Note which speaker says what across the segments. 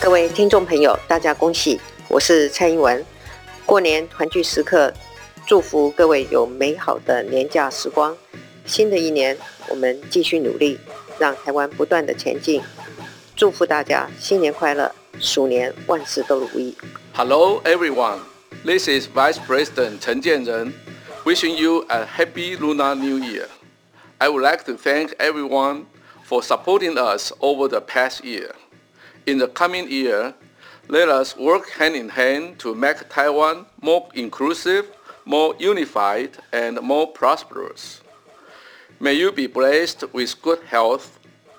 Speaker 1: 各位听众朋友，大家恭喜！我是蔡英文。过年团聚时刻，祝福各位有美好的年假时光。新的一年，我们继续努力，让台湾不断的前进。祝福大家新年快乐，鼠年万事都如意。
Speaker 2: Hello, everyone. This is Vice President Chen Jianren, wishing you a happy Lunar New Year. I would like to thank everyone for supporting us over the past year. In the coming year, let us work hand in hand to make Taiwan more inclusive, more unified, and more prosperous. May you be blessed with good health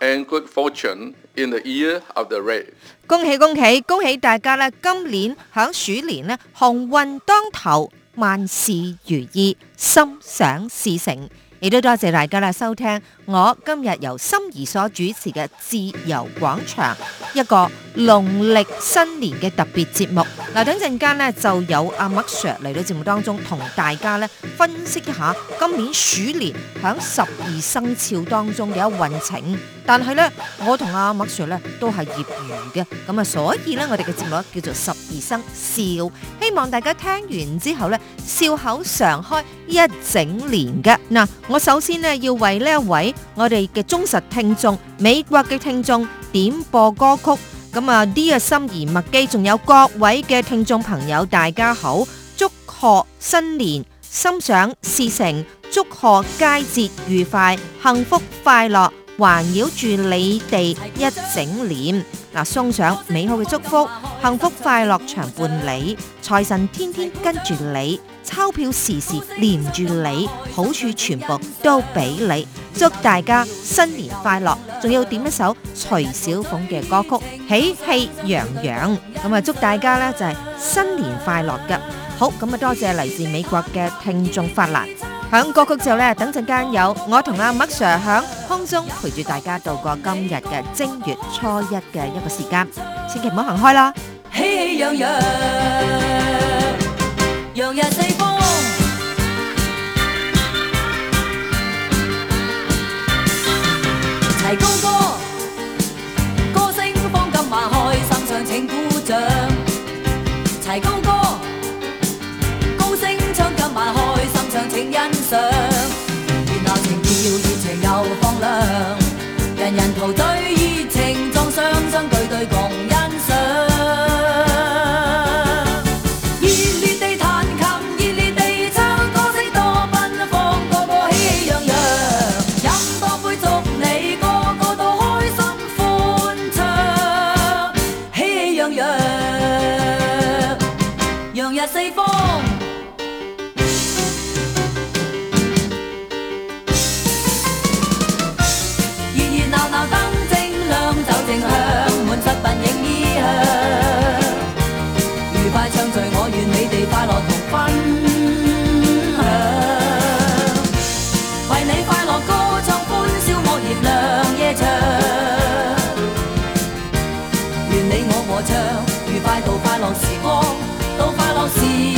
Speaker 2: and good fortune in the year of the rat.
Speaker 3: 恭喜恭喜恭喜大家咧！今年響鼠年咧，鴻運當頭，萬事如意，心想事成。亦都多謝大家啦收聽我今日由心儀所主持嘅自由廣場一個農曆新年嘅特別節目。嗱，等陣間呢就有阿麥 Sir 嚟到節目當中同大家咧分析一下今年鼠年響十二生肖當中嘅一運程。但係呢，我同阿麥 Sir 咧都係業餘嘅，咁啊，所以呢，我哋嘅節目叫做十二生肖。希望大家聽完之後呢，笑口常開一整年嘅。嗱，我首先呢，要為呢一位我哋嘅忠實聽眾，美國嘅聽眾點播歌曲。咁啊，Dear 心儀麥基，仲有各位嘅聽眾朋友，大家好，祝賀新年心想事成，祝賀佳節愉快，幸福快樂，環繞住你哋一整年。嗱，送上美好嘅祝福，幸福快樂常伴你，財神天天跟住你，鈔票時時連住你，好處全部都俾你。祝大家新年快樂！仲要點一首徐小鳳嘅歌曲《喜氣洋洋》，咁啊祝大家呢就係新年快樂嘅。好，咁啊多謝嚟自美國嘅聽眾法蘭。響歌曲之後呢，等陣間有我同阿麥 Sir 響空中陪住大家度過今日嘅正月初一嘅一個時間，千祈唔好行開啦！
Speaker 4: 喜氣洋洋，洋溢四方。齊高歌，歌聲放金馬，開心唱請鼓掌。齊高歌，高聲唱金馬，開心唱請欣賞。熱鬧情調，熱情又放亮，人人陶醉熱情撞上，相對對共欣賞。熱烈地彈琴，熱烈地唱，歌聲多奔放，個個喜氣洋洋。飲多杯祝你，個個都開心歡暢，喜氣洋洋，洋溢四方。熱熱鬧鬧燈正亮，酒正香，滿室鬢影衣香。愉快唱醉我，願你哋快樂同分享。為你快樂歌唱，歡笑我熱亮夜長。願你我和唱，愉快度快樂時光，度快樂時光。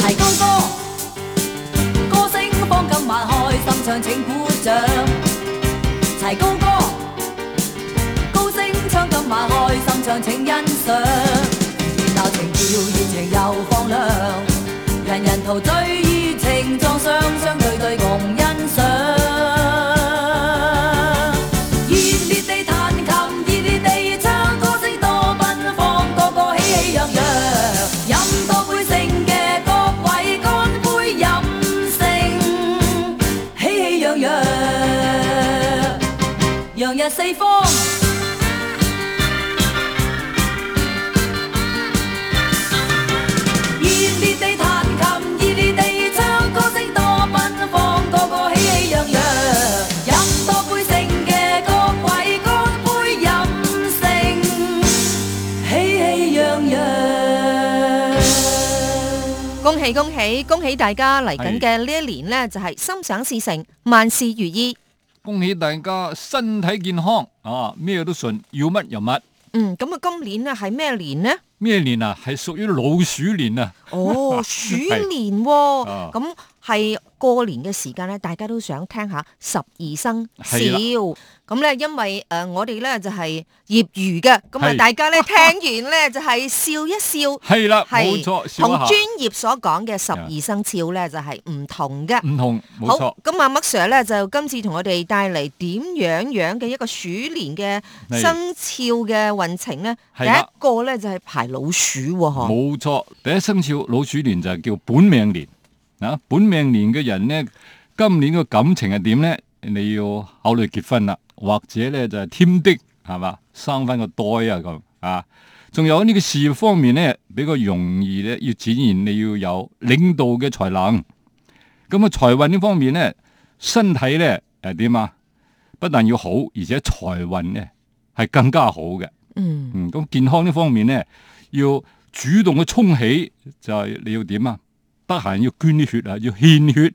Speaker 4: 齊高歌，歌聲放今晚開心唱，請鼓掌。齊高歌，高聲唱今晚開心唱，請欣賞。熱鬧情調，熱情又放亮，人人陶醉熱情撞上，相對對共欣賞。熱烈地彈琴，熱烈地唱，歌聲多奔放，個個喜氣洋洋。飲多杯勝嘅各位，乾杯飲勝，喜氣洋洋，洋溢四方。熱烈地彈琴，熱烈地唱，歌聲多奔放，個個喜氣洋洋。飲多杯勝嘅各位，乾杯飲勝，喜氣洋洋。
Speaker 3: 恭喜恭喜恭喜大家嚟緊嘅呢一年呢，就係心想事成，萬事如意。
Speaker 5: 恭喜大家身體健康啊！咩都順，要乜就乜。
Speaker 3: 嗯，咁啊，今年咧係咩年呢？
Speaker 5: 咩年啊？係屬於老鼠年啊！
Speaker 3: 哦，鼠年喎、
Speaker 5: 啊
Speaker 3: 咁係過年嘅時間咧，大家都想聽下十二生肖。
Speaker 5: 係啦
Speaker 3: 咁咧，因為誒、呃我哋咧就係、業餘嘅，咁啊
Speaker 5: 係
Speaker 3: 大家咧聽完咧就係、笑一笑。
Speaker 5: 係啦， 冇
Speaker 3: 係
Speaker 5: 錯，
Speaker 3: 同
Speaker 5: 笑一
Speaker 3: 專
Speaker 5: 下，
Speaker 3: 業所講嘅十二生肖咧就係唔同嘅。
Speaker 5: 唔同，嗯冇錯
Speaker 3: 好，，咁啊阿麥 Sir 咧就今次同我哋帶嚟點樣樣嘅一個鼠年嘅
Speaker 5: 係
Speaker 3: 生肖嘅運程咧。第
Speaker 5: 係啦
Speaker 3: 一個咧就係排老鼠喎，嗬。
Speaker 5: 冇錯。第一生肖老鼠年就係叫本命年啊！本命年嘅人呢，今年個感情係點呢？你要考慮結婚啦，或者呢就係添丁，係嘛，生翻個胎啊咁啊！仲有呢個事業方面呢，比較容易呢，要展現你要有領導嘅才能。咁啊，財運呢方面呢，身體呢誒點啊？不但要好，而且財運呢係更加好嘅。
Speaker 3: 嗯
Speaker 5: 嗯，咁健康呢方面呢，要主動去衝起，就係、你要點啊？得閒要捐啲血啊，要獻血，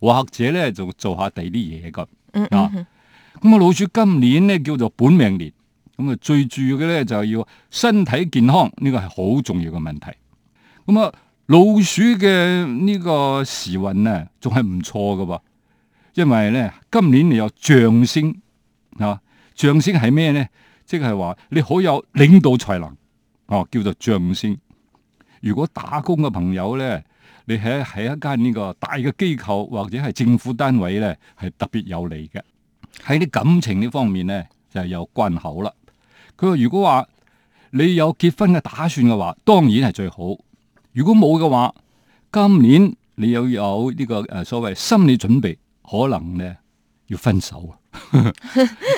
Speaker 5: 或者呢就做下第啲嘢咁。
Speaker 3: 嗯
Speaker 5: 啊
Speaker 3: 嗯
Speaker 5: 咁啊，老鼠今年呢叫做本命年，咁啊最重要嘅呢就係要身體健康，呢個係好重要嘅問題。咁啊，老鼠嘅呢個時運呢，仲係唔錯噶噃，因為呢今年你有象星啊，象星係咩呢？即係話你好有領導才能，哦、叫做象星。如果打工嘅朋友呢，你喺喺一間呢個大嘅機構或者係政府單位呢，係特別有利嘅。喺啲感情呢方面呢，就係有關口啦。佢話如果話你有結婚嘅打算嘅話，當然係最好。如果冇嘅話，今年你有有呢、個誒所謂心理準備，可能呢要分手啊。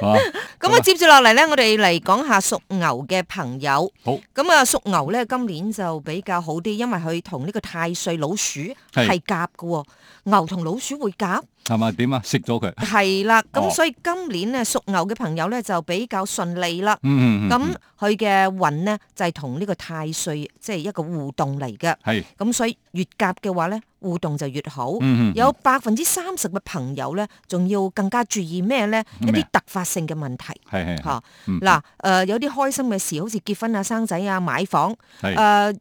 Speaker 5: 啊
Speaker 3: 咁啊，接住落嚟咧，我哋嚟講下屬牛嘅朋友。
Speaker 5: 好
Speaker 3: 咁啊，屬牛咧今年就比較好啲，因為佢同呢個太歲老鼠
Speaker 5: 係
Speaker 3: 係夾嘅喎。牛同老鼠會夾，
Speaker 5: 係咪點啊？食咗佢。
Speaker 3: 係啦。咁
Speaker 5: 哦
Speaker 3: 所以今年咧屬牛嘅朋友咧就比較順利啦。
Speaker 5: 嗯嗯嗯
Speaker 3: 咁
Speaker 5: 嗯
Speaker 3: 佢嘅運呢，就係同呢個太歲即係一個互動嚟嘅。
Speaker 5: 係
Speaker 3: 咁所以越夾嘅話咧，互動就越好。
Speaker 5: 嗯嗯
Speaker 3: 有百分之三十嘅朋友咧，仲要更加注意咩咧？一
Speaker 5: 咩
Speaker 3: 啲
Speaker 5: 啊
Speaker 3: 突發性嘅問題。
Speaker 5: 係係係
Speaker 3: 嚇
Speaker 5: 嗯
Speaker 3: 嗱，誒、呃有啲開心嘅事，好似結婚啊、生仔啊、買房，誒
Speaker 5: 係
Speaker 3: 呢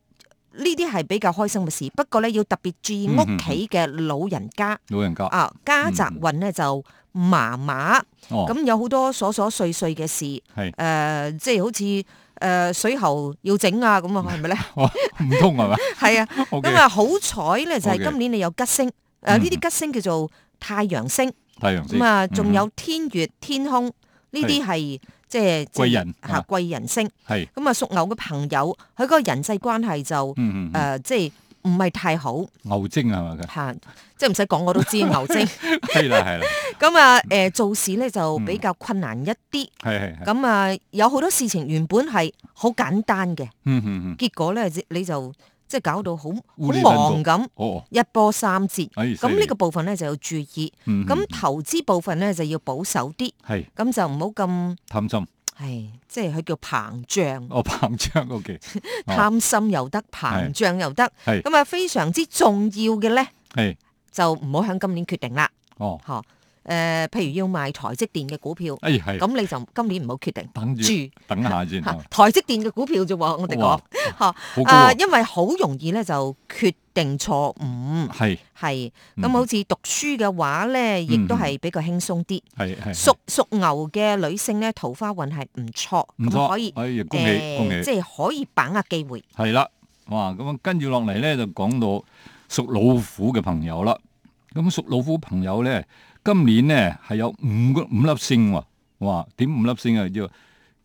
Speaker 3: 啲係比較開心嘅事。不過咧，要特別注意
Speaker 5: 嗯
Speaker 3: 屋
Speaker 5: 嗯
Speaker 3: 企嘅老人家、
Speaker 5: 老人家
Speaker 3: 啊，家宅運咧就麻麻，
Speaker 5: 哦
Speaker 3: 咁、有好多瑣瑣碎碎嘅事，誒、呃
Speaker 5: 係
Speaker 3: 即係好似誒、水喉要整啊咁啊，係咪咧？
Speaker 5: 哦唔 通係嘛
Speaker 3: 係 啊，
Speaker 5: ？O
Speaker 3: 咁
Speaker 5: K
Speaker 3: 啊好彩咧，就係
Speaker 5: OK
Speaker 3: 今年你有吉星，誒呃
Speaker 5: 嗯
Speaker 3: 呢啲吉星叫做太陽星。
Speaker 5: 太陽先
Speaker 3: 咁啊，仲
Speaker 5: 嗯
Speaker 3: 有天月、天空呢啲係即係
Speaker 5: 貴人
Speaker 3: 嚇
Speaker 5: 啊
Speaker 3: 貴人星。
Speaker 5: 係
Speaker 3: 咁啊，屬牛嘅朋友，佢嗰個人際關係就
Speaker 5: 嗯嗯嗯
Speaker 3: 誒，即係唔係太好
Speaker 5: 牛精 係嘛佢
Speaker 3: 嚇，即係唔使講我都知牛精。
Speaker 5: 係啦係啦
Speaker 3: 咁啊誒，做事咧就比較困難一啲。
Speaker 5: 係嗯係係
Speaker 3: 咁啊，有好多事情原本係好簡單嘅，
Speaker 5: 嗯嗯嗯
Speaker 3: 結果咧你就即係搞到好好
Speaker 5: 烏哩
Speaker 3: 忙
Speaker 5: 奔
Speaker 3: 咁，
Speaker 5: 哦
Speaker 3: 一波三折。
Speaker 5: 哎
Speaker 3: 咁呢個部分咧就要注意。
Speaker 5: 嗯
Speaker 3: 咁投資部分咧就要保守啲。
Speaker 5: 係
Speaker 3: 咁就唔好咁，
Speaker 5: 貪心
Speaker 3: 唉，即係佢叫膨脹，
Speaker 5: 哦膨脹 O K 哦
Speaker 3: 貪心又得，膨脹又得，
Speaker 5: 係
Speaker 3: 咁啊非常之重要嘅咧，
Speaker 5: 係
Speaker 3: 就唔好喺今年決定啦，
Speaker 5: 哦
Speaker 3: 嗬，誒、譬如要賣台積電嘅股票，
Speaker 5: 哎係
Speaker 3: 咁你就今年唔好決定
Speaker 5: 等住
Speaker 3: 住
Speaker 5: 等下先
Speaker 3: 嚇
Speaker 5: 哦
Speaker 3: 台積電嘅股票啫喎，我哋講
Speaker 5: 哇
Speaker 3: 嚇，
Speaker 5: 好高
Speaker 3: 啊，
Speaker 5: 啊
Speaker 3: 因為好容易咧就決定錯誤，
Speaker 5: 係
Speaker 3: 係咁
Speaker 5: 嗯
Speaker 3: 好似讀書嘅話咧，亦都係比較輕鬆啲。
Speaker 5: 係係
Speaker 3: 屬屬牛嘅女性咧，桃花運係唔錯，
Speaker 5: 唔
Speaker 3: 咁
Speaker 5: 錯
Speaker 3: 可以
Speaker 5: 哎呀恭
Speaker 3: 誒
Speaker 5: 喜恭喜
Speaker 3: 即係可以把握機會。
Speaker 5: 係啦，哇！咁啊，跟住落嚟咧就講到屬老虎嘅朋友啦。咁屬老虎朋友咧，今年咧係有五個五粒星喎。哇！點五粒星啊？叫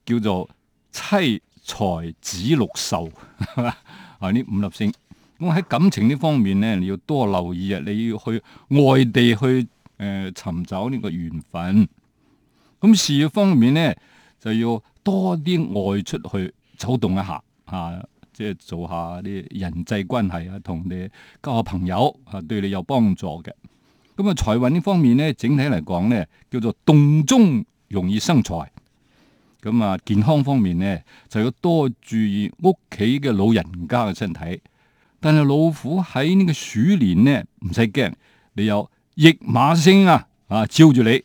Speaker 5: 叫做妻財子祿壽 啊！呢五粒星。咁喺感情呢方面咧，你要多留意啊！你要去外地去誒、呃、尋找呢個緣分。咁事業方面咧，就要多啲外出去走動一下啊，即係做下啲人際關係啊，同你交下朋友啊，對你有幫助嘅。咁啊，財運呢方面咧，整體嚟講咧，叫做動中容易生財。咁啊，健康方面咧，就要多注意屋企嘅老人家嘅身體，但係老虎喺呢個鼠年呢，唔使驚，你有驛馬星啊啊照住你，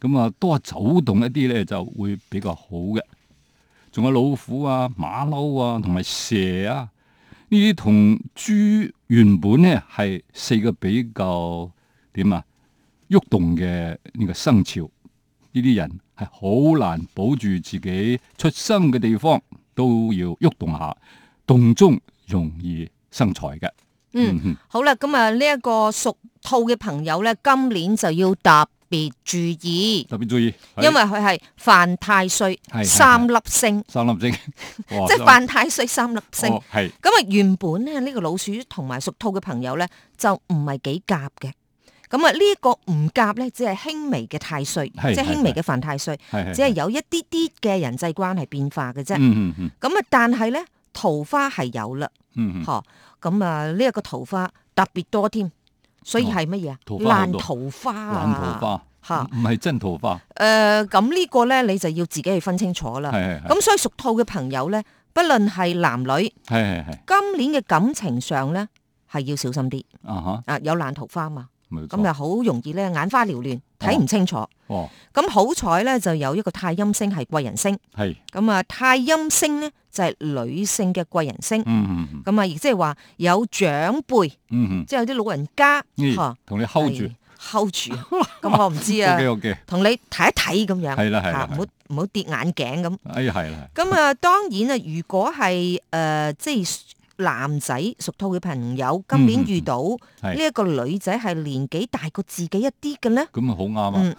Speaker 5: 咁啊多走動一啲呢，就會比較好嘅。仲有老虎啊、馬騮啊同埋蛇啊，呢啲同豬原本呢係四個比較點啊喐動嘅呢個生肖。呢啲人係好難保住自己出生嘅地方，都要喐動下，動中容易生財嘅。
Speaker 3: 嗯，
Speaker 5: 哼
Speaker 3: 好啦，咁啊呢一個屬兔嘅朋友咧，今年就要特別注意，
Speaker 5: 特別注意，係
Speaker 3: 因為佢係犯太歲
Speaker 5: 係係
Speaker 3: 三粒星，
Speaker 5: 三粒星，
Speaker 3: 即係犯太歲三粒星。
Speaker 5: 哦係
Speaker 3: 咁啊，原本咧呢、呢個老鼠同埋屬兔嘅朋友咧，就唔係幾夾嘅。咁啊，呢一個唔夾咧，只係輕微嘅太歲，
Speaker 5: 係
Speaker 3: 即係
Speaker 5: 係
Speaker 3: 輕微嘅犯太歲，
Speaker 5: 係係，
Speaker 3: 只係有一啲啲嘅人際關係變化嘅啫。咁啊、
Speaker 5: 嗯嗯嗯
Speaker 3: 但係咧桃花係有啦，
Speaker 5: 嗯嗯，
Speaker 3: 嗬、咁啊，呢一個桃花特別多添，所以係乜嘢啊？
Speaker 5: 哦桃花好
Speaker 3: 爛
Speaker 5: 多
Speaker 3: 桃花
Speaker 5: 爛
Speaker 3: 啊！
Speaker 5: 桃花
Speaker 3: 嚇
Speaker 5: 嗯唔係真桃花，
Speaker 3: 誒，咁呢個咧你就要自己去分清楚啦。
Speaker 5: 係係係
Speaker 3: 咁所以屬兔嘅朋友咧，不論係男女。
Speaker 5: 係係係
Speaker 3: 今年嘅感情上咧係要小心啲
Speaker 5: 啊哈，
Speaker 3: 啊！有爛桃花嘛，
Speaker 5: 冇
Speaker 3: 咁啊
Speaker 5: 錯
Speaker 3: 就好容易咧眼花撩亂，睇唔清楚。
Speaker 5: 哦
Speaker 3: 咁好彩咧就有一個太陰星係貴人星，
Speaker 5: 係
Speaker 3: 咁啊太陰星咧就係、女性嘅貴人星，
Speaker 5: 嗯嗯嗯
Speaker 3: 咁啊亦即係話有長輩，
Speaker 5: 嗯
Speaker 3: 即係有啲老人家
Speaker 5: 嗯，
Speaker 3: 嚇
Speaker 5: 咦同你 hold 住
Speaker 3: 睺 住，咁我唔知啊
Speaker 5: ，OK，OK，
Speaker 3: 同你睇一睇咁樣，
Speaker 5: 係啦係
Speaker 3: 嚇
Speaker 5: 啦
Speaker 3: 唔，好唔好跌眼鏡咁。
Speaker 5: 哎呀係啦，
Speaker 3: 咁啊，當然啊，如果係誒、呃即係男仔屬兔嘅朋友，今年
Speaker 5: 嗯嗯
Speaker 3: 遇到呢一個女仔係年紀大過自己一啲嘅咧，
Speaker 5: 咁啊好啱啊，
Speaker 3: 嗯，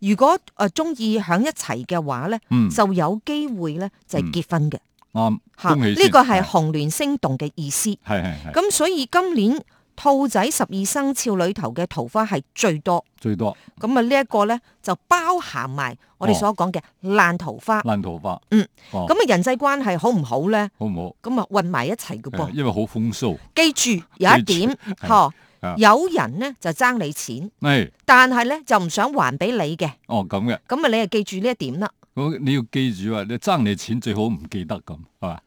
Speaker 3: 如果誒中意響一齊嘅話咧，
Speaker 5: 嗯
Speaker 3: 就有機會咧就係結婚嘅
Speaker 5: 啱，
Speaker 3: 嚇。
Speaker 5: 恭喜
Speaker 3: 呢
Speaker 5: 先
Speaker 3: 個係紅鸞星動嘅意思。
Speaker 5: 係係係
Speaker 3: 咁所以今年兔仔十二生肖裏頭嘅桃花係最多。
Speaker 5: 最多
Speaker 3: 咁啊，呢一個咧就包含埋我哋
Speaker 5: 哦
Speaker 3: 所講嘅爛桃花。
Speaker 5: 爛桃花，
Speaker 3: 嗯，
Speaker 5: 哦
Speaker 3: 咁啊，人際關係好唔好咧？
Speaker 5: 好唔
Speaker 3: 咁啊混埋一齊嘅
Speaker 5: 好？誒
Speaker 3: 噃。
Speaker 5: 因為好風騷，
Speaker 3: 記嗯住有一點，
Speaker 5: 係
Speaker 3: 嗬
Speaker 5: 啊，
Speaker 3: 有人呢就爭你錢，
Speaker 5: 係
Speaker 3: 但係呢就唔想還俾你嘅，
Speaker 5: 哎哦咁嘅。
Speaker 3: 咁啊你就記住呢一點啦。
Speaker 5: 咁你要記住啊！你爭你錢最好唔記得咁，係嘛？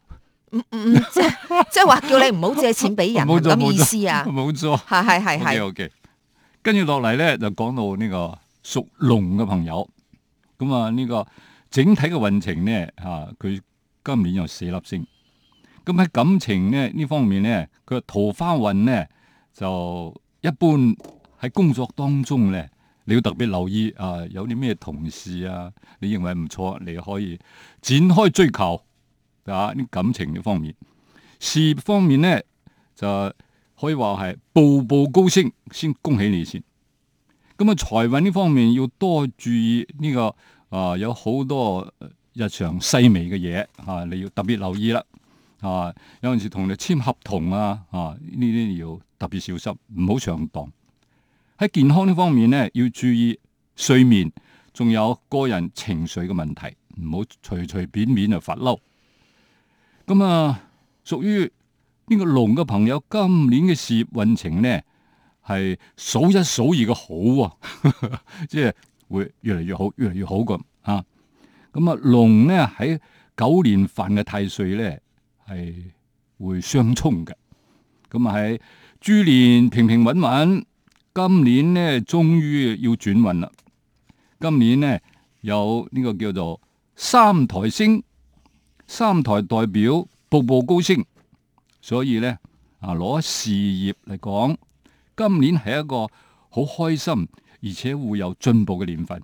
Speaker 3: 嗯，即 即係話叫你唔好借錢俾人，
Speaker 5: 哦冇錯
Speaker 3: 咁
Speaker 5: 冇
Speaker 3: 意
Speaker 5: 錯。
Speaker 3: 思啊
Speaker 5: 冇錯。
Speaker 3: 係係係
Speaker 5: O K
Speaker 3: 係，
Speaker 5: O K，跟住落嚟咧就講到呢個屬龍嘅朋友，咁啊呢個整體嘅運程呢，啊，佢今年有四粒星，咁喺感情呢呢方面呢，佢嘅桃花運呢，就一般喺工作當中呢，你要特別留意啊，有啲咩同事啊，你認為唔錯，你可以展開追求啊，呢感情呢方面，事業方面呢，就。可以話係步步高升，先恭喜你先。咁啊，財運呢方面要多注意呢、個啊、有好多呃日常細微嘅嘢啊，你要特別留意啦。啊，有陣時同你簽合同啊，啊呢啲要特別小心，唔好上當。喺健康呢方面呢，要注意睡眠，仲有個人情緒嘅問題，唔好隨隨便便就發嬲。咁啊，屬於呢個龍嘅朋友，今年嘅事業運程呢，係數一數二嘅好啊， 即係會越嚟越好，越嚟越好咁啊。咁啊，龍呢喺九年犯嘅太歲呢，係會相沖嘅。咁啊喺豬年平平穩穩，今年呢終於要轉運啦。今年呢，有呢個叫做三台星，三台代表步步高升。所以呢，啊攞事業嚟講，今年係一個好開心而且會有進步嘅年份。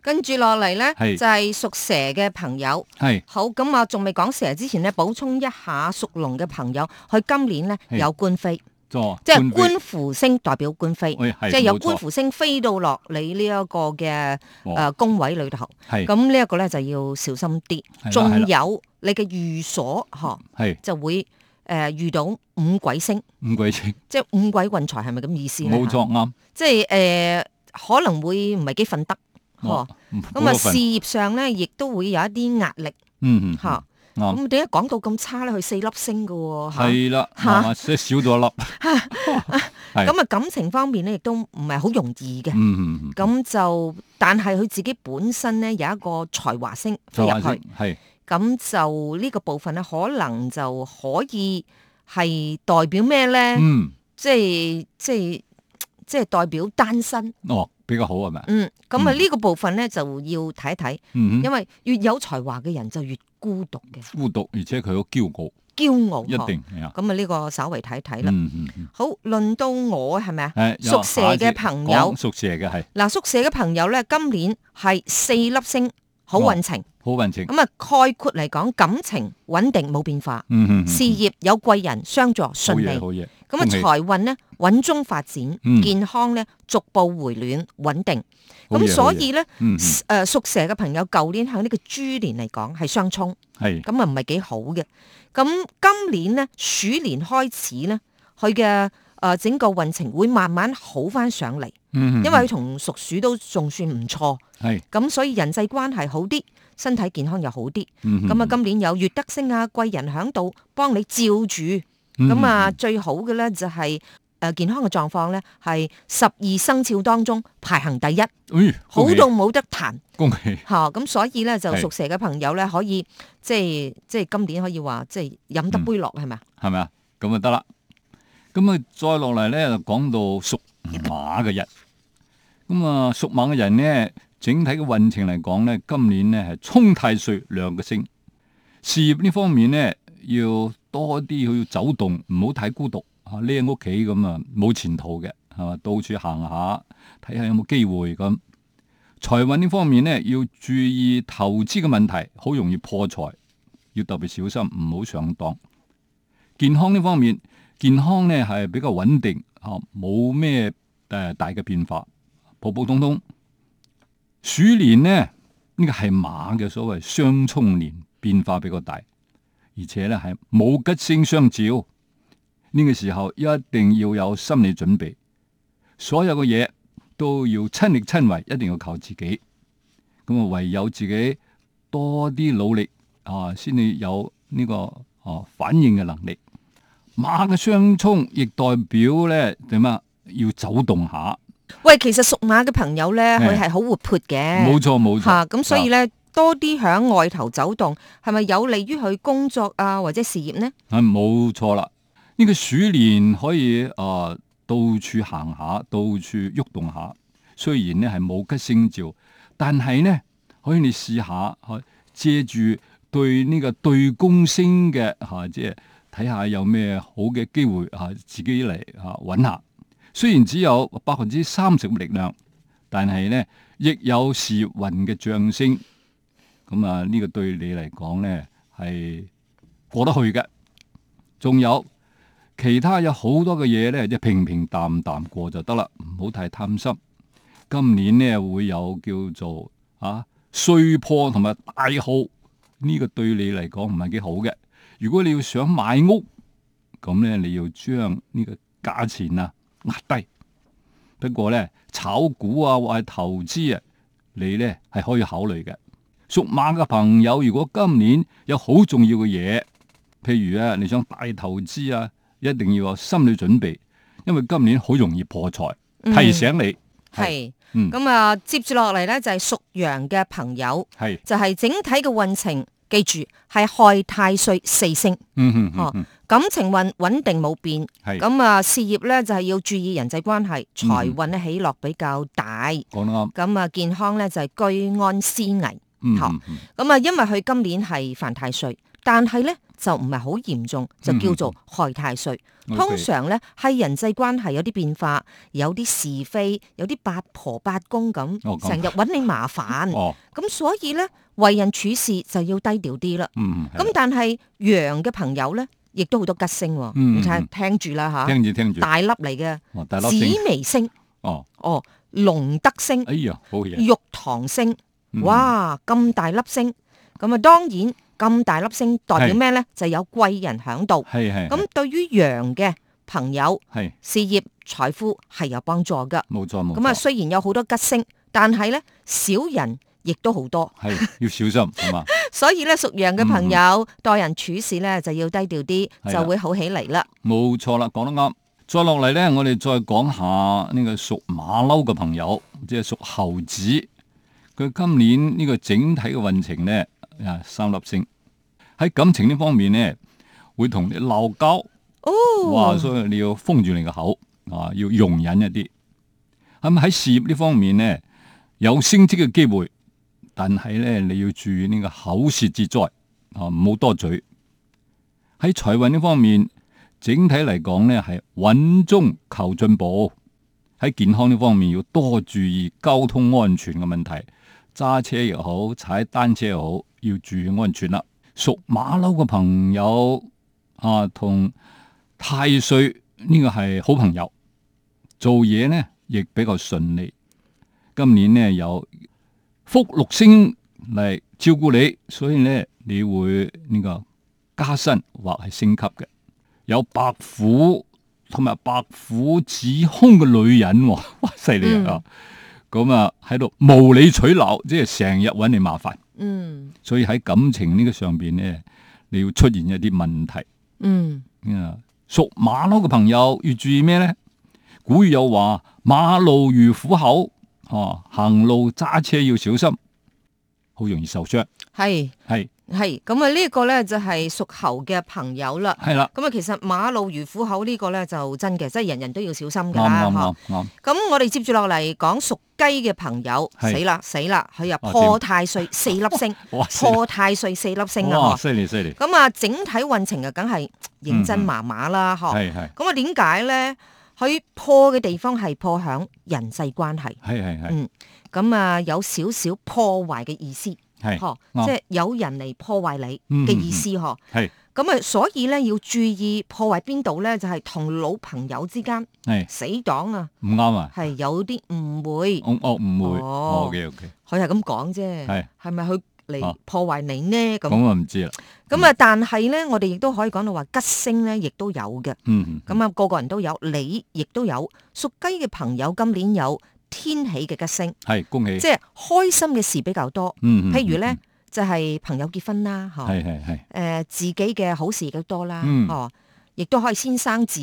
Speaker 3: 跟住落嚟呢，
Speaker 5: 係
Speaker 3: 就係屬蛇嘅朋友。
Speaker 5: 係
Speaker 3: 好，咁啊，仲未講蛇之前呢，補充一下屬龍嘅朋友，佢今年呢
Speaker 5: 係
Speaker 3: 有官非，
Speaker 5: 座
Speaker 3: 即係官符星代表官非，
Speaker 5: 喂係
Speaker 3: 即係有
Speaker 5: 冇錯
Speaker 3: 官符星飛到落你呢一個嘅
Speaker 5: 哦
Speaker 3: 誒宮位裏頭。
Speaker 5: 係
Speaker 3: 咁呢一個咧就要小心啲
Speaker 5: 係，啦
Speaker 3: 仲
Speaker 5: 係啦
Speaker 3: 有你嘅寓所嗬
Speaker 5: 係
Speaker 3: 就會誒、呃遇到五鬼星，
Speaker 5: 五鬼星，
Speaker 3: 即係五鬼運財係咪咁意思咧？
Speaker 5: 冇
Speaker 3: 嚇，
Speaker 5: 錯啱。
Speaker 3: 即係誒、呃可能會唔係幾瞓得嗬
Speaker 5: 哦，嗯
Speaker 3: 咁啊
Speaker 5: 嗰份
Speaker 3: 事業上咧亦都會有一啲壓力
Speaker 5: 嗯嗯
Speaker 3: 嚇。
Speaker 5: 嗯啱
Speaker 3: 咁點解講到咁差咧？佢四粒星嘅喎嚇
Speaker 5: 係啦，
Speaker 3: 嚇
Speaker 5: 啊即係少咗一 粒。係
Speaker 3: 咁啊感情方面咧亦都唔係好容易嘅。
Speaker 5: 嗯嗯嗯，
Speaker 3: 咁就，但係佢自己本身咧有一個才華星飛
Speaker 5: 再
Speaker 3: 入
Speaker 5: 話
Speaker 3: 去
Speaker 5: 先，係
Speaker 3: 咁就呢個部分咧，可能就可以係代表咩咧？
Speaker 5: 嗯，
Speaker 3: 即係即係即係代表單身。
Speaker 5: 哦，比較好係咪？
Speaker 3: 嗯，咁啊
Speaker 5: 嗯
Speaker 3: 呢個部分咧就要睇一睇，
Speaker 5: 嗯
Speaker 3: 因
Speaker 5: 哼，
Speaker 3: 為越有才華嘅人就越孤獨嘅，
Speaker 5: 孤獨，而且佢好驕傲，
Speaker 3: 驕傲。
Speaker 5: 一定係啊
Speaker 3: 嗬。。咁啊呢個稍微睇睇啦。
Speaker 5: 嗯嗯嗯，
Speaker 3: 好，輪到我係咪啊？
Speaker 5: 係
Speaker 3: 屬蛇嘅朋友
Speaker 5: 講屬蛇嘅係
Speaker 3: 嗱，屬蛇嘅朋友咧，今年係四粒星，好
Speaker 5: 哦
Speaker 3: 運程。
Speaker 5: 好運程。
Speaker 3: 咁啊，概括嚟講，感情穩定冇變化，
Speaker 5: 嗯嗯，嗯
Speaker 3: 事業有貴人相助
Speaker 5: 好
Speaker 3: 順利
Speaker 5: 嘢，好。嘢。
Speaker 3: 咁啊，
Speaker 5: 恭喜
Speaker 3: 財運呢穩中發展，
Speaker 5: 嗯
Speaker 3: 健康呢逐步回暖穩定。
Speaker 5: 好嘢
Speaker 3: 咁所以呢，
Speaker 5: 嗯嗯
Speaker 3: 誒屬蛇嘅朋友，舊年喺呢個豬年嚟講係相沖，
Speaker 5: 係
Speaker 3: 咁啊唔係幾好嘅。咁今年呢，鼠年開始呢，佢嘅誒整個運程會慢慢好翻上嚟，
Speaker 5: 嗯，嗯
Speaker 3: 因為佢同屬鼠都仲算唔錯，
Speaker 5: 係
Speaker 3: 咁所以人際關係好啲，身體健康又好啲。
Speaker 5: 咁
Speaker 3: 咁啊，今年有月德星啊、貴人喺度幫你照住。
Speaker 5: 今
Speaker 3: 咁啊，最好嘅咧就係誒健康嘅狀況咧，係十二生肖當中排行第一，好
Speaker 5: 好
Speaker 3: 到冇得彈
Speaker 5: 恭喜，
Speaker 3: 嚇。咁所以咧就
Speaker 5: 係
Speaker 3: 屬蛇嘅朋友咧，可以即係即係今年可以話即係飲得杯落係咪啊？
Speaker 5: 係咪啊？咁啊得啦。咁啊，再落嚟咧就講到屬馬嘅人。咁啊，屬馬嘅人呢，整體嘅運程嚟講呢，今年呢係沖太歲兩個星。事業呢方面呢，要多啲去走動，唔好太孤獨啊！匿喺屋企咁啊，冇前途嘅係嘛，到處行下，睇下有冇機會咁。財運呢方面呢，要注意投資嘅問題，好容易破財，要特別小心，唔好上當。健康呢方面，健康呢係比較穩定啊，冇咩誒大嘅變化，普普通通。鼠年呢，呢、個係馬嘅所謂雙沖年，變化比較大，而且呢係冇吉星相照。呢、個時候一定要有心理準備，所有嘅嘢都要親力親為，一定要靠自己。咁啊，唯有自己多啲努力啊，先至有呢、個啊反應嘅能力。馬嘅相沖亦代表咧點啊？要走動下，
Speaker 3: 喂，其實屬馬嘅朋友咧，佢
Speaker 5: 係啊
Speaker 3: 係好活潑
Speaker 5: 冇
Speaker 3: 嘅
Speaker 5: 錯冇
Speaker 3: 嚇，
Speaker 5: 錯。
Speaker 3: 咁所以咧多啲響外頭走動，係咪有利於佢工作啊或者事業呢？
Speaker 5: 啊，冇錯啦！呢、個鼠年可以啊、到處行下，到處喐動下。雖然呢係冇吉星照，但係呢可以你試下，啊借住對呢個對公星嘅嚇、啊即係睇下有咩好嘅機會啊，自己嚟啊揾下。雖然只有百分之三十嘅力量，但係呢亦有事業運嘅象徵。咁啊，呢、個對你嚟講呢係過得去嘅。仲有其他有好多嘅嘢呢，即係平平淡淡過就得啦，唔好太貪心。今年呢會有叫做啊碎破同埋大耗，呢、個對你嚟講唔係幾好嘅。如果你要想買屋，咁呢你要將呢個價錢啊壓低。不過呢，炒股啊或係投資啊，你呢係可以考慮嘅。屬馬嘅朋友，如果今年有好重要嘅嘢，譬如啊，你想大投資啊，一定要有心理準備，因為今年好容易破財。
Speaker 3: 嗯
Speaker 5: 提醒你
Speaker 3: 係
Speaker 5: 嗯
Speaker 3: 咁啊，接住落嚟咧就係屬羊嘅朋友。
Speaker 5: 係，
Speaker 3: 就係整體嘅運程，記住係害太歲四星，
Speaker 5: 嗯哼
Speaker 3: 哦
Speaker 5: 嗯哼，
Speaker 3: 感情運穩定冇變。
Speaker 5: 係嗯
Speaker 3: 咁啊，事業咧就係要注意人際關係，財運咧起落比較大。
Speaker 5: 講得啱，
Speaker 3: 咁啊，健康咧就係居安思危。
Speaker 5: 嗯
Speaker 3: 好
Speaker 5: 嗯嗯
Speaker 3: 咁啊，因為佢今年係犯太歲，但係咧就唔係好嚴重，就叫做害太歲。
Speaker 5: 嗯
Speaker 3: 通常咧係人際關係有啲變化，有啲是非，有啲八婆八公咁
Speaker 5: 哦，咁
Speaker 3: 成日揾你麻煩。
Speaker 5: 哦，
Speaker 3: 咁所以咧，為人處事就要低調啲啦。
Speaker 5: 嗯，
Speaker 3: 咁
Speaker 5: 咁
Speaker 3: 但係羊嘅朋友咧，亦都好多吉星喎。
Speaker 5: 嗯
Speaker 3: 你睇聽住啦吓，
Speaker 5: 聽住聽住，
Speaker 3: 大粒嚟嘅
Speaker 5: 哦，大粒星，
Speaker 3: 紫微星，
Speaker 5: 哦，
Speaker 3: 哦，龍德星、
Speaker 5: 哎呀，好嘢，
Speaker 3: 玉堂星，
Speaker 5: 嗯，
Speaker 3: 哇，咁大粒星。咁啊，當然咁大粒星代表
Speaker 5: 係
Speaker 3: 咩咧？就有貴人響度。
Speaker 5: 係係，
Speaker 3: 咁對於羊嘅朋友，
Speaker 5: 係
Speaker 3: 事業財富係有幫助噶。
Speaker 5: 冇錯冇
Speaker 3: 咁啊，
Speaker 5: 錯，
Speaker 3: 雖然有好多吉星，但係咧小人亦都好多。
Speaker 5: 係要小心係嘛，
Speaker 3: 所以咧，屬羊嘅朋友待人處事咧就要低調
Speaker 5: 嗯係
Speaker 3: 啲，
Speaker 5: 啦
Speaker 3: 就會好起嚟啦。
Speaker 5: 冇錯啦，講得啱。再落嚟呢，我哋再講下呢個屬馬騮嘅朋友，即係屬猴子。佢今年呢個整體嘅運程呢，啊三粒星喺感情呢方面呢，會同你鬧交，
Speaker 3: 哦，
Speaker 5: 哇！所以你要封住你個口啊，要容忍一啲。咁喺事業呢方面呢，有升職嘅機會，但係呢，你要注意呢個口舌之災啊，唔好多嘴。喺財運呢方面，整體嚟講呢係穩中求進步。喺健康呢方面要多注意交通安全嘅問題，揸車又好，踩單車又好，要注意安全啦。屬馬騮嘅朋友啊，同太歲呢個係好朋友，做嘢呢亦比較順利。今年呢有福祿星嚟照顧你，所以呢你會呢個加薪或係升級嘅。有白虎同埋白虎指胸嘅女人喎， 哇犀利啊！咁啊喺度無理取鬧，即係成日揾你麻煩，
Speaker 3: 嗯
Speaker 5: 所以喺感情呢個上邊呢，你要出現一啲問題。
Speaker 3: 嗯，
Speaker 5: 啊，屬馬騮嘅朋友要注意咩呢？古語有話馬路如虎口，啊，行路揸車要小心，好容易受傷。
Speaker 3: 係
Speaker 5: 係
Speaker 3: 係咁啊！呢個咧就係屬猴嘅朋友啦。
Speaker 5: 係啦，
Speaker 3: 咁啊，其實馬路如虎口呢個咧就真嘅，即係人人都要小心㗎
Speaker 5: 啱
Speaker 3: 啦。
Speaker 5: 啱
Speaker 3: 嚇
Speaker 5: 啱啱，
Speaker 3: 咁我哋接住落嚟講屬雞嘅朋友，死
Speaker 5: 係
Speaker 3: 啦死啦，佢啊
Speaker 5: 啊
Speaker 3: 破太 歲四粒星，
Speaker 5: 哇，
Speaker 3: 破太歲四粒星
Speaker 5: 哇，
Speaker 3: 啊！嗬
Speaker 5: 犀利犀利，
Speaker 3: 咁啊，整體運程啊，梗係認真麻麻啦，嗬。
Speaker 5: 係係
Speaker 3: 咁啊，點解咧？佢破嘅地方係破響人際關係，
Speaker 5: 係係係
Speaker 3: 嗯，咁啊有少少破壞嘅意思，
Speaker 5: 係
Speaker 3: 嗬，
Speaker 5: 啱
Speaker 3: 即係有人嚟破壞你
Speaker 5: 嗯
Speaker 3: 嘅意思，嗬。
Speaker 5: 係
Speaker 3: 咁啊，所以咧要注意破壞邊度咧，就係同老朋友之間
Speaker 5: 係
Speaker 3: 死黨啊，
Speaker 5: 唔啱啊！
Speaker 3: 係有啲誤會，
Speaker 5: 我我唔會
Speaker 3: 哦
Speaker 5: ，OK OK，
Speaker 3: 佢係咁講啫
Speaker 5: 係，
Speaker 3: 係咪佢嚟
Speaker 5: 啊
Speaker 3: 破壞你呢？咁
Speaker 5: 咁嗯我唔知啦。
Speaker 3: 咁啊，但係咧，我哋亦都可以講到話吉星咧，亦都有嘅。
Speaker 5: 嗯，
Speaker 3: 咁啊，個個人都有，你亦都有。屬雞嘅朋友今年有天喜嘅吉星，
Speaker 5: 係恭喜。
Speaker 3: 即係開心嘅事比較多。
Speaker 5: 嗯，嗯嗯
Speaker 3: 譬如咧，，就係朋友結婚啦，嚇，
Speaker 5: 係係係，
Speaker 3: 誒自己嘅好事亦都多啦，
Speaker 5: 嗯
Speaker 3: 哦，亦都可以先生子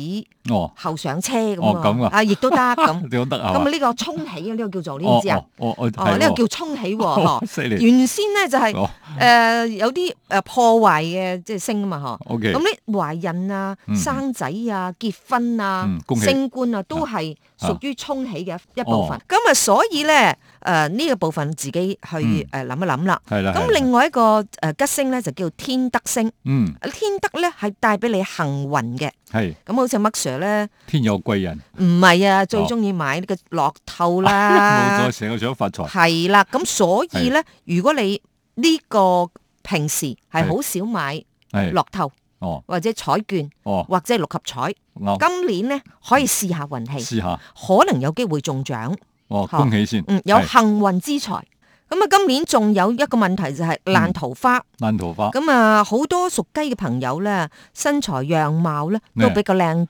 Speaker 5: 哦，
Speaker 3: 後上車咁
Speaker 5: 哦咁
Speaker 3: 喎
Speaker 5: 啊
Speaker 3: 啊，亦 都得咁。
Speaker 5: 你講得啊
Speaker 3: 咁
Speaker 5: 嘛
Speaker 3: 啊，？呢個沖喜啊，呢個叫做，你知唔
Speaker 5: 哦
Speaker 3: 知啊？
Speaker 5: 哦哦，
Speaker 3: 哦，
Speaker 5: 係
Speaker 3: 呢個
Speaker 5: 喎
Speaker 3: 叫沖喜 喎，
Speaker 5: 哦
Speaker 3: 嗬
Speaker 5: 犀利
Speaker 3: 原先咧就係
Speaker 5: 哦
Speaker 3: 誒有啲誒破壞嘅即係星啊嘛，嗬。
Speaker 5: ，OK，
Speaker 3: 咁你懷孕啊、
Speaker 5: 嗯
Speaker 3: 生仔啊、結婚啊
Speaker 5: 嗯、恭喜
Speaker 3: 升官啊，都係屬於沖喜嘅一部分
Speaker 5: 哦。
Speaker 3: 咁啊，所以咧，誒呢個部分自己去誒
Speaker 5: 嗯
Speaker 3: 諗一諗啦。
Speaker 5: 係啦。
Speaker 3: 咁
Speaker 5: 係啦
Speaker 3: 另外一個誒吉星咧就叫天德星，啊
Speaker 5: 嗯
Speaker 3: 天德咧係帶俾你幸運嘅。
Speaker 5: 係。
Speaker 3: 咁好似麥 Sir 咧，
Speaker 5: 天有貴人，
Speaker 3: 唔係啊，最中意買呢個樂透
Speaker 5: 哦 冇
Speaker 3: 啦
Speaker 5: 錯，，成日想發財，
Speaker 3: 係啦。咁所以咧，如果你呢個平時係
Speaker 5: 係
Speaker 3: 好少買
Speaker 5: 係
Speaker 3: 樂透
Speaker 5: 哦
Speaker 3: 或者彩券
Speaker 5: 哦
Speaker 3: 或者係六合彩。
Speaker 5: 啱，
Speaker 3: 今年呢，可以試下運氣，
Speaker 5: 試下
Speaker 3: 可能有機會中獎，
Speaker 5: 哦，
Speaker 3: 嚇
Speaker 5: 恭喜先，
Speaker 3: 嗯，有
Speaker 5: 係
Speaker 3: 幸運之財。咁啊，今年仲有一個問題就
Speaker 5: 嗯
Speaker 3: 係爛桃花，
Speaker 5: 爛桃花，
Speaker 3: 咁啊好多屬雞嘅朋友咧，身材樣貌咧
Speaker 5: 咩
Speaker 3: 都比較靚，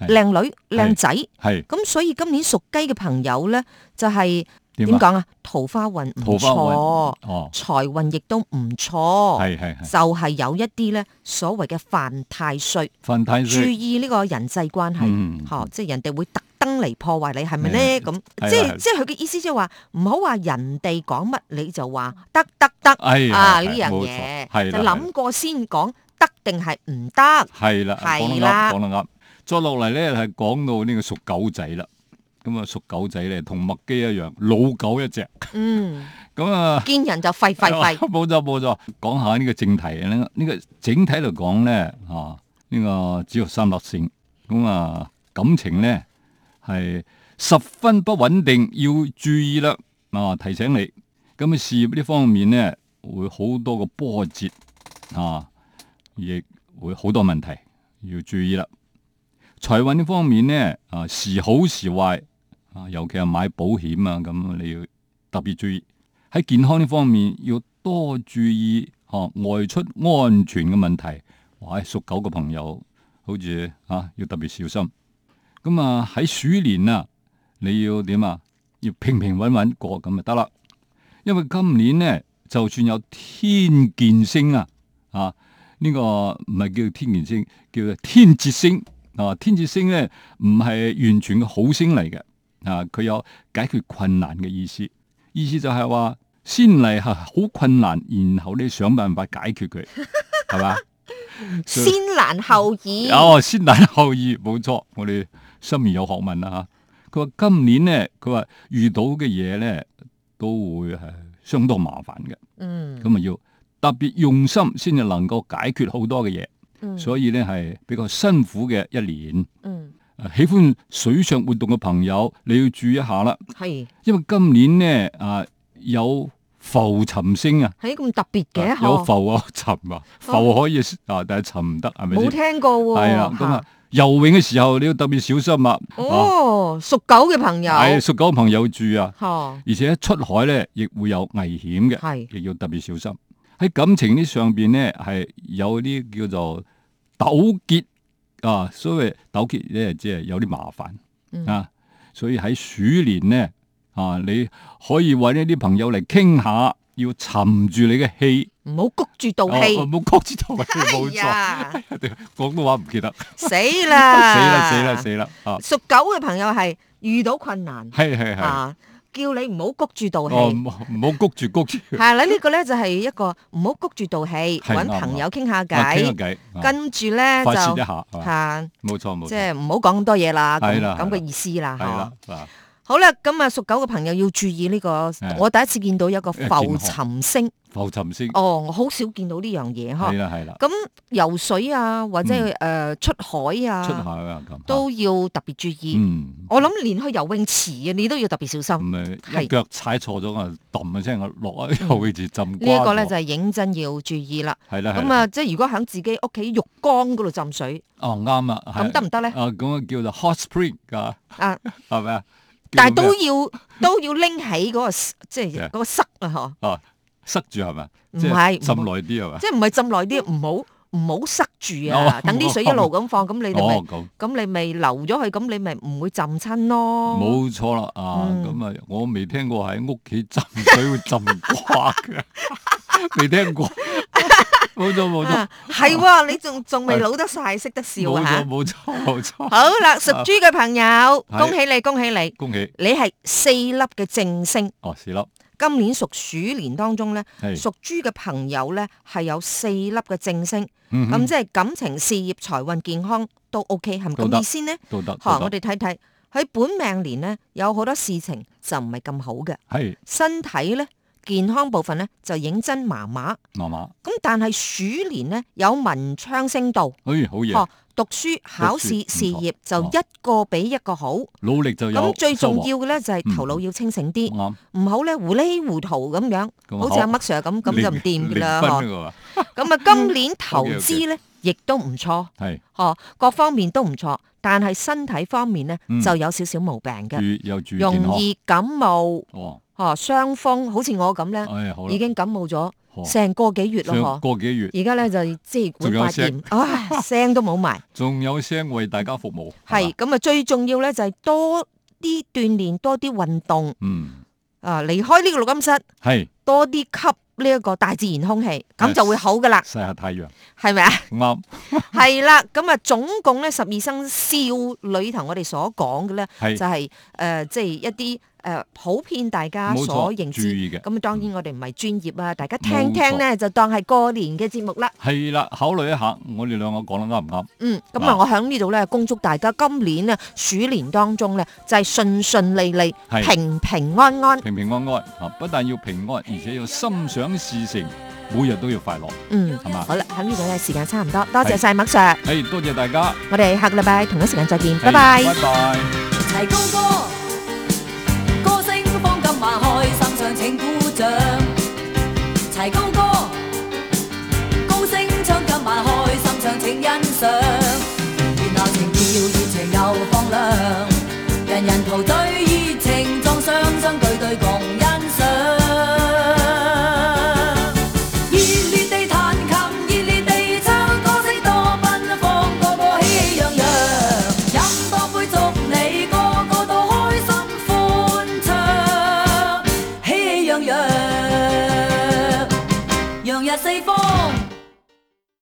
Speaker 5: 係
Speaker 3: 靚女靚仔，
Speaker 5: 係
Speaker 3: 咁所以今年屬雞嘅朋友咧就係點
Speaker 5: 點啊？
Speaker 3: 講啊？桃花運唔
Speaker 5: 桃花運
Speaker 3: 錯，
Speaker 5: 哦，
Speaker 3: 財運亦都唔錯，
Speaker 5: 係係係，
Speaker 3: 就係有一啲咧所謂嘅犯太歲。
Speaker 5: 犯太
Speaker 3: 注
Speaker 5: 歲，
Speaker 3: 意呢個人際關係，嚇、
Speaker 5: 嗯
Speaker 3: 即係人哋會特登嚟破壞你，係咪呢？
Speaker 5: 嗯
Speaker 3: 咁
Speaker 5: 係
Speaker 3: 即
Speaker 5: 係
Speaker 3: 係
Speaker 5: 係
Speaker 3: 即係佢嘅意思，即係話唔好話人哋講乜你就話得得得
Speaker 5: 係
Speaker 3: 啊
Speaker 5: 係
Speaker 3: 呢
Speaker 5: 係
Speaker 3: 樣
Speaker 5: 冇錯
Speaker 3: 嘢，
Speaker 5: 係
Speaker 3: 就諗
Speaker 5: 啦係啦
Speaker 3: 過先講得定係唔得。
Speaker 5: 係啦，
Speaker 3: 係
Speaker 5: 講得
Speaker 3: 啦
Speaker 5: 啱，講得啱。再落嚟咧係講到呢個屬狗仔啦，咁啊屬狗仔咧同麥基一樣，老狗一隻，
Speaker 3: 嗯，
Speaker 5: 咁啊。
Speaker 3: 見人就 吠吠吠。
Speaker 5: 哦冇錯冇錯，講下呢個正題呢、呢個整體嚟講咧，啊呢、個只有三粒星，咁啊感情咧係十分不穩定，要注意啦。啊，提醒你，咁啊事業呢方面咧會好多個波折啊，亦會好多問題要注意啦。財運呢方面咧啊，時好時壞啊，尤其係買保險啊，咁你要特別注意。喺健康呢方面要多注意啊外出安全嘅問題。哇！屬狗嘅朋友好似啊要特別小心。咁啊喺鼠年啊，你要點啊？要平平穩穩過咁就得啦。因為今年呢，就算有天劍星啊，啊呢、個唔係叫天劍星，叫做天捷星啊。天捷星呢，唔係完全嘅好星嚟嘅啊，佢有解決困難嘅意思。意思就 係話先嚟係好困難，然後你想辦法解決佢，係嘛？
Speaker 3: 先難後易。
Speaker 5: 哦，先難後易，冇錯。我哋心儀有學問啦嚇。佢話今年呢，佢話遇到嘅嘢呢，都會係相當麻煩嘅，
Speaker 3: 嗯，
Speaker 5: 咁啊要特別用心先至能夠解決好多嘅嘢，
Speaker 3: 嗯
Speaker 5: 所以呢，係比較辛苦嘅一年。
Speaker 3: 嗯
Speaker 5: 啊喜歡水上活動嘅朋友，你要注意一下啦，
Speaker 3: 嗯係
Speaker 5: 因為今年呢，啊有浮沉星啊，
Speaker 3: 係咁特別嘅
Speaker 5: 啊
Speaker 3: 嗬，
Speaker 5: 有浮啊沉啊，浮可以啊，但係沉唔得，係咪
Speaker 3: 哦冇
Speaker 5: 先？
Speaker 3: 聽過喎。
Speaker 5: 系啦，咁啊
Speaker 3: 嚇，
Speaker 5: 游泳嘅時候你要特別小心啊！
Speaker 3: 哦，屬狗嘅朋友，
Speaker 5: 系屬狗朋友注意啊！
Speaker 3: 嚇
Speaker 5: 而且出海咧亦會有危險嘅，
Speaker 3: 係
Speaker 5: 亦要特別小心。喺感情呢上边咧係有啲叫做糾結啊，所謂糾結咧即係有啲麻煩、
Speaker 3: 嗯
Speaker 5: 啊，所以喺鼠年咧啊，你可以揾一啲朋友嚟傾下，要沉住你嘅氣，
Speaker 3: 唔好谷住道
Speaker 5: 哦
Speaker 3: 氣。
Speaker 5: 冇講知道氣冇
Speaker 3: 哎
Speaker 5: 錯，
Speaker 3: 呀，
Speaker 5: 廣東話唔記得，死
Speaker 3: 死啦！
Speaker 5: 啦死啦死啦啊！
Speaker 3: 屬狗嘅朋友係遇到困難
Speaker 5: 係係係，
Speaker 3: 啊，叫你唔好谷住道
Speaker 5: 哦
Speaker 3: 氣。
Speaker 5: 唔好唔好谷住谷住，
Speaker 3: 係啦，呢個咧就係一個唔好谷住道氣，
Speaker 5: 係
Speaker 3: 揾
Speaker 5: 啱
Speaker 3: 朋友傾下
Speaker 5: 啊傾下
Speaker 3: 偈，
Speaker 5: 偈，啊
Speaker 3: 跟住咧
Speaker 5: 發泄
Speaker 3: 就
Speaker 5: 一下，係嘛
Speaker 3: 嚇，
Speaker 5: 冇錯冇
Speaker 3: 即
Speaker 5: 錯，
Speaker 3: 係哦唔好講咁多嘢啦，咁
Speaker 5: 係啦
Speaker 3: 咁
Speaker 5: 係啦
Speaker 3: 嘅意思啦，
Speaker 5: 係
Speaker 3: 嚇
Speaker 5: 啦。啊。
Speaker 3: 好啦，咁啊，屬狗嘅朋友要注意呢、個。
Speaker 5: 係
Speaker 3: 我第一次見到有個
Speaker 5: 因為健
Speaker 3: 浮沉星，
Speaker 5: 浮沉先，
Speaker 3: 哦，我好少見到呢樣嘢
Speaker 5: 係
Speaker 3: 嗬。
Speaker 5: 啦係啦，
Speaker 3: 咁游水啊，或者
Speaker 5: 嗯
Speaker 3: 誒、呃出海
Speaker 5: 出下
Speaker 3: 啊，
Speaker 5: 啊咁，
Speaker 3: 都要特別注意。
Speaker 5: 嗯，
Speaker 3: 我諗連去游泳池啊，你都要特別小心。
Speaker 5: 咁誒
Speaker 3: 係嗯
Speaker 5: 一腳踩錯咗啊，揼一聲我落啊喺後泳池浸
Speaker 3: 呢
Speaker 5: 瓜
Speaker 3: 一個咧
Speaker 5: 咗
Speaker 3: 就係認真要注意啦。
Speaker 5: 係啦，係
Speaker 3: 咁
Speaker 5: 啦，
Speaker 3: 啊，即係如果喺自己屋企浴缸嗰度浸水，
Speaker 5: 哦啱啦，係
Speaker 3: 咁得唔得咧？
Speaker 5: 啊咁啊叫做 hot spring 噶，
Speaker 3: 啊，
Speaker 5: 係咪啊？
Speaker 3: 但係
Speaker 5: 叫做
Speaker 3: 都
Speaker 5: 咩
Speaker 3: 要都要拎起嗰、個即 係
Speaker 5: 係
Speaker 3: 嗰個塞啊，嗬，
Speaker 5: 啊塞住係咪？
Speaker 3: 唔
Speaker 5: 即
Speaker 3: 係
Speaker 5: 浸
Speaker 3: 唔
Speaker 5: 耐啲係咪？
Speaker 3: 即係唔係浸耐 啲，唔好唔好塞住啊，
Speaker 5: 哦
Speaker 3: 等啲水一路咁放，咁你哋咪
Speaker 5: 哦咁，
Speaker 3: 咁你咪留咗佢，咁你咪唔會浸親咯。
Speaker 5: 冇錯啦啊！
Speaker 3: 哦嗯
Speaker 5: 咁啊，我未聽過喺屋企浸 水會浸瓜嘅， 未聽過， 冇錯冇錯
Speaker 3: 啊，係喎，你仲仲未老得晒，識得笑
Speaker 5: 冇啊錯
Speaker 3: 啊
Speaker 5: 冇錯冇錯，
Speaker 3: 好啦，屬豬嘅朋友，恭喜你，恭喜你，
Speaker 5: 恭喜
Speaker 3: 你係四粒嘅正星。
Speaker 5: 哦四粒
Speaker 3: 今年屬鼠年當中咧，
Speaker 5: 係。
Speaker 3: 屬豬嘅朋友咧係有四粒嘅正星，
Speaker 5: 嗯
Speaker 3: 咁
Speaker 5: 哼
Speaker 3: 即係感情、事業、財運、健康都 OK，係咪
Speaker 5: 都得
Speaker 3: 咁意思呢？
Speaker 5: 都得，
Speaker 3: 嚇，
Speaker 5: 都
Speaker 3: 我
Speaker 5: 得
Speaker 3: 哋睇睇喺本命年咧，有好多事情就唔係咁好嘅，
Speaker 5: 係
Speaker 3: 身體咧健康部分咧就認真麻麻。
Speaker 5: 麻麻，
Speaker 3: 咁但係鼠年呢，有文昌星道，
Speaker 5: 哎好嘢
Speaker 3: 哦，，讀書、考試、
Speaker 5: 唔錯
Speaker 3: 事業就
Speaker 5: 哦
Speaker 3: 一個比一個好。
Speaker 5: 努力就有
Speaker 3: 咁最
Speaker 5: 收穫
Speaker 3: 重要嘅呢，就係頭腦要清醒啲，
Speaker 5: 啱，
Speaker 3: 唔好呢糊里糊塗咁樣，
Speaker 5: 咁
Speaker 3: 好似阿麥 Sir 咁咁就唔掂㗎啦。
Speaker 5: 零
Speaker 3: 嗬
Speaker 5: 分㗎嘛，
Speaker 3: 咁啊，今年投
Speaker 5: OK，OK
Speaker 3: 資呢，亦都唔錯，
Speaker 5: 係
Speaker 3: 哦，各方面都唔錯，但係身體方面呢，
Speaker 5: 嗯
Speaker 3: 就有少少毛病嘅，
Speaker 5: 注又注意健
Speaker 3: 容
Speaker 5: 康，
Speaker 3: 易感冒，
Speaker 5: 哦，
Speaker 3: 哦，傷風，好似我咁呢，
Speaker 5: 哎好啦，
Speaker 3: 已經感冒咗
Speaker 5: 哦
Speaker 3: 成個幾月咯，嗬
Speaker 5: 上。個幾月
Speaker 3: 而家咧就支氣管
Speaker 5: 仲有
Speaker 3: 發炎，唉，聲都冇埋。
Speaker 5: 仲有聲為大家服務，
Speaker 3: 係
Speaker 5: 嘛，
Speaker 3: 咁啊，最重要咧就係多啲鍛鍊，多啲運動
Speaker 5: 嗯，
Speaker 3: 啊，離開呢個錄音室，
Speaker 5: 係
Speaker 3: 多啲吸呢一個大自然空氣，咁
Speaker 5: 係
Speaker 3: 就會好噶 啦，
Speaker 5: 曬下太陽，
Speaker 3: 係咪啊？
Speaker 5: 啱
Speaker 3: 係啦，咁啊，總共咧十二生肖裏頭，我哋所講嘅咧
Speaker 5: 係
Speaker 3: 就係誒，即係一啲誒普遍大家
Speaker 5: 冇
Speaker 3: 所認
Speaker 5: 錯，注
Speaker 3: 知。
Speaker 5: 意嘅。
Speaker 3: 咁當然我哋唔係專業啊，大家聽
Speaker 5: 冇
Speaker 3: 聽
Speaker 5: 錯
Speaker 3: 咧就當係過年嘅節目啦。
Speaker 5: 係啦，考慮一下，我哋兩個講得啱唔啱？
Speaker 3: 嗯，咁啊，
Speaker 5: 啊
Speaker 3: 我喺呢度咧，恭祝大家今年咧鼠年當中咧，就係順順利利、
Speaker 5: 係
Speaker 3: 平平安安。
Speaker 5: 平平安安啊！不但要平安，而且要心想事成，每日都要快樂。
Speaker 3: 嗯，
Speaker 5: 係嘛
Speaker 3: 好啦，喺呢度咧時間差唔多，多謝
Speaker 5: 係
Speaker 3: 晒麥 Sir，
Speaker 5: 誒，多謝大家，
Speaker 3: 我哋下個禮拜同一時間再見，
Speaker 5: 係
Speaker 3: 拜拜。
Speaker 5: 拜拜。
Speaker 4: 齊高歌，歌聲放金馬開，心上請鼓掌。齊高歌，高聲唱金馬開，心上請欣賞。熱鬧情調，熱情又放亮，人人陶醉熱情撞上相交。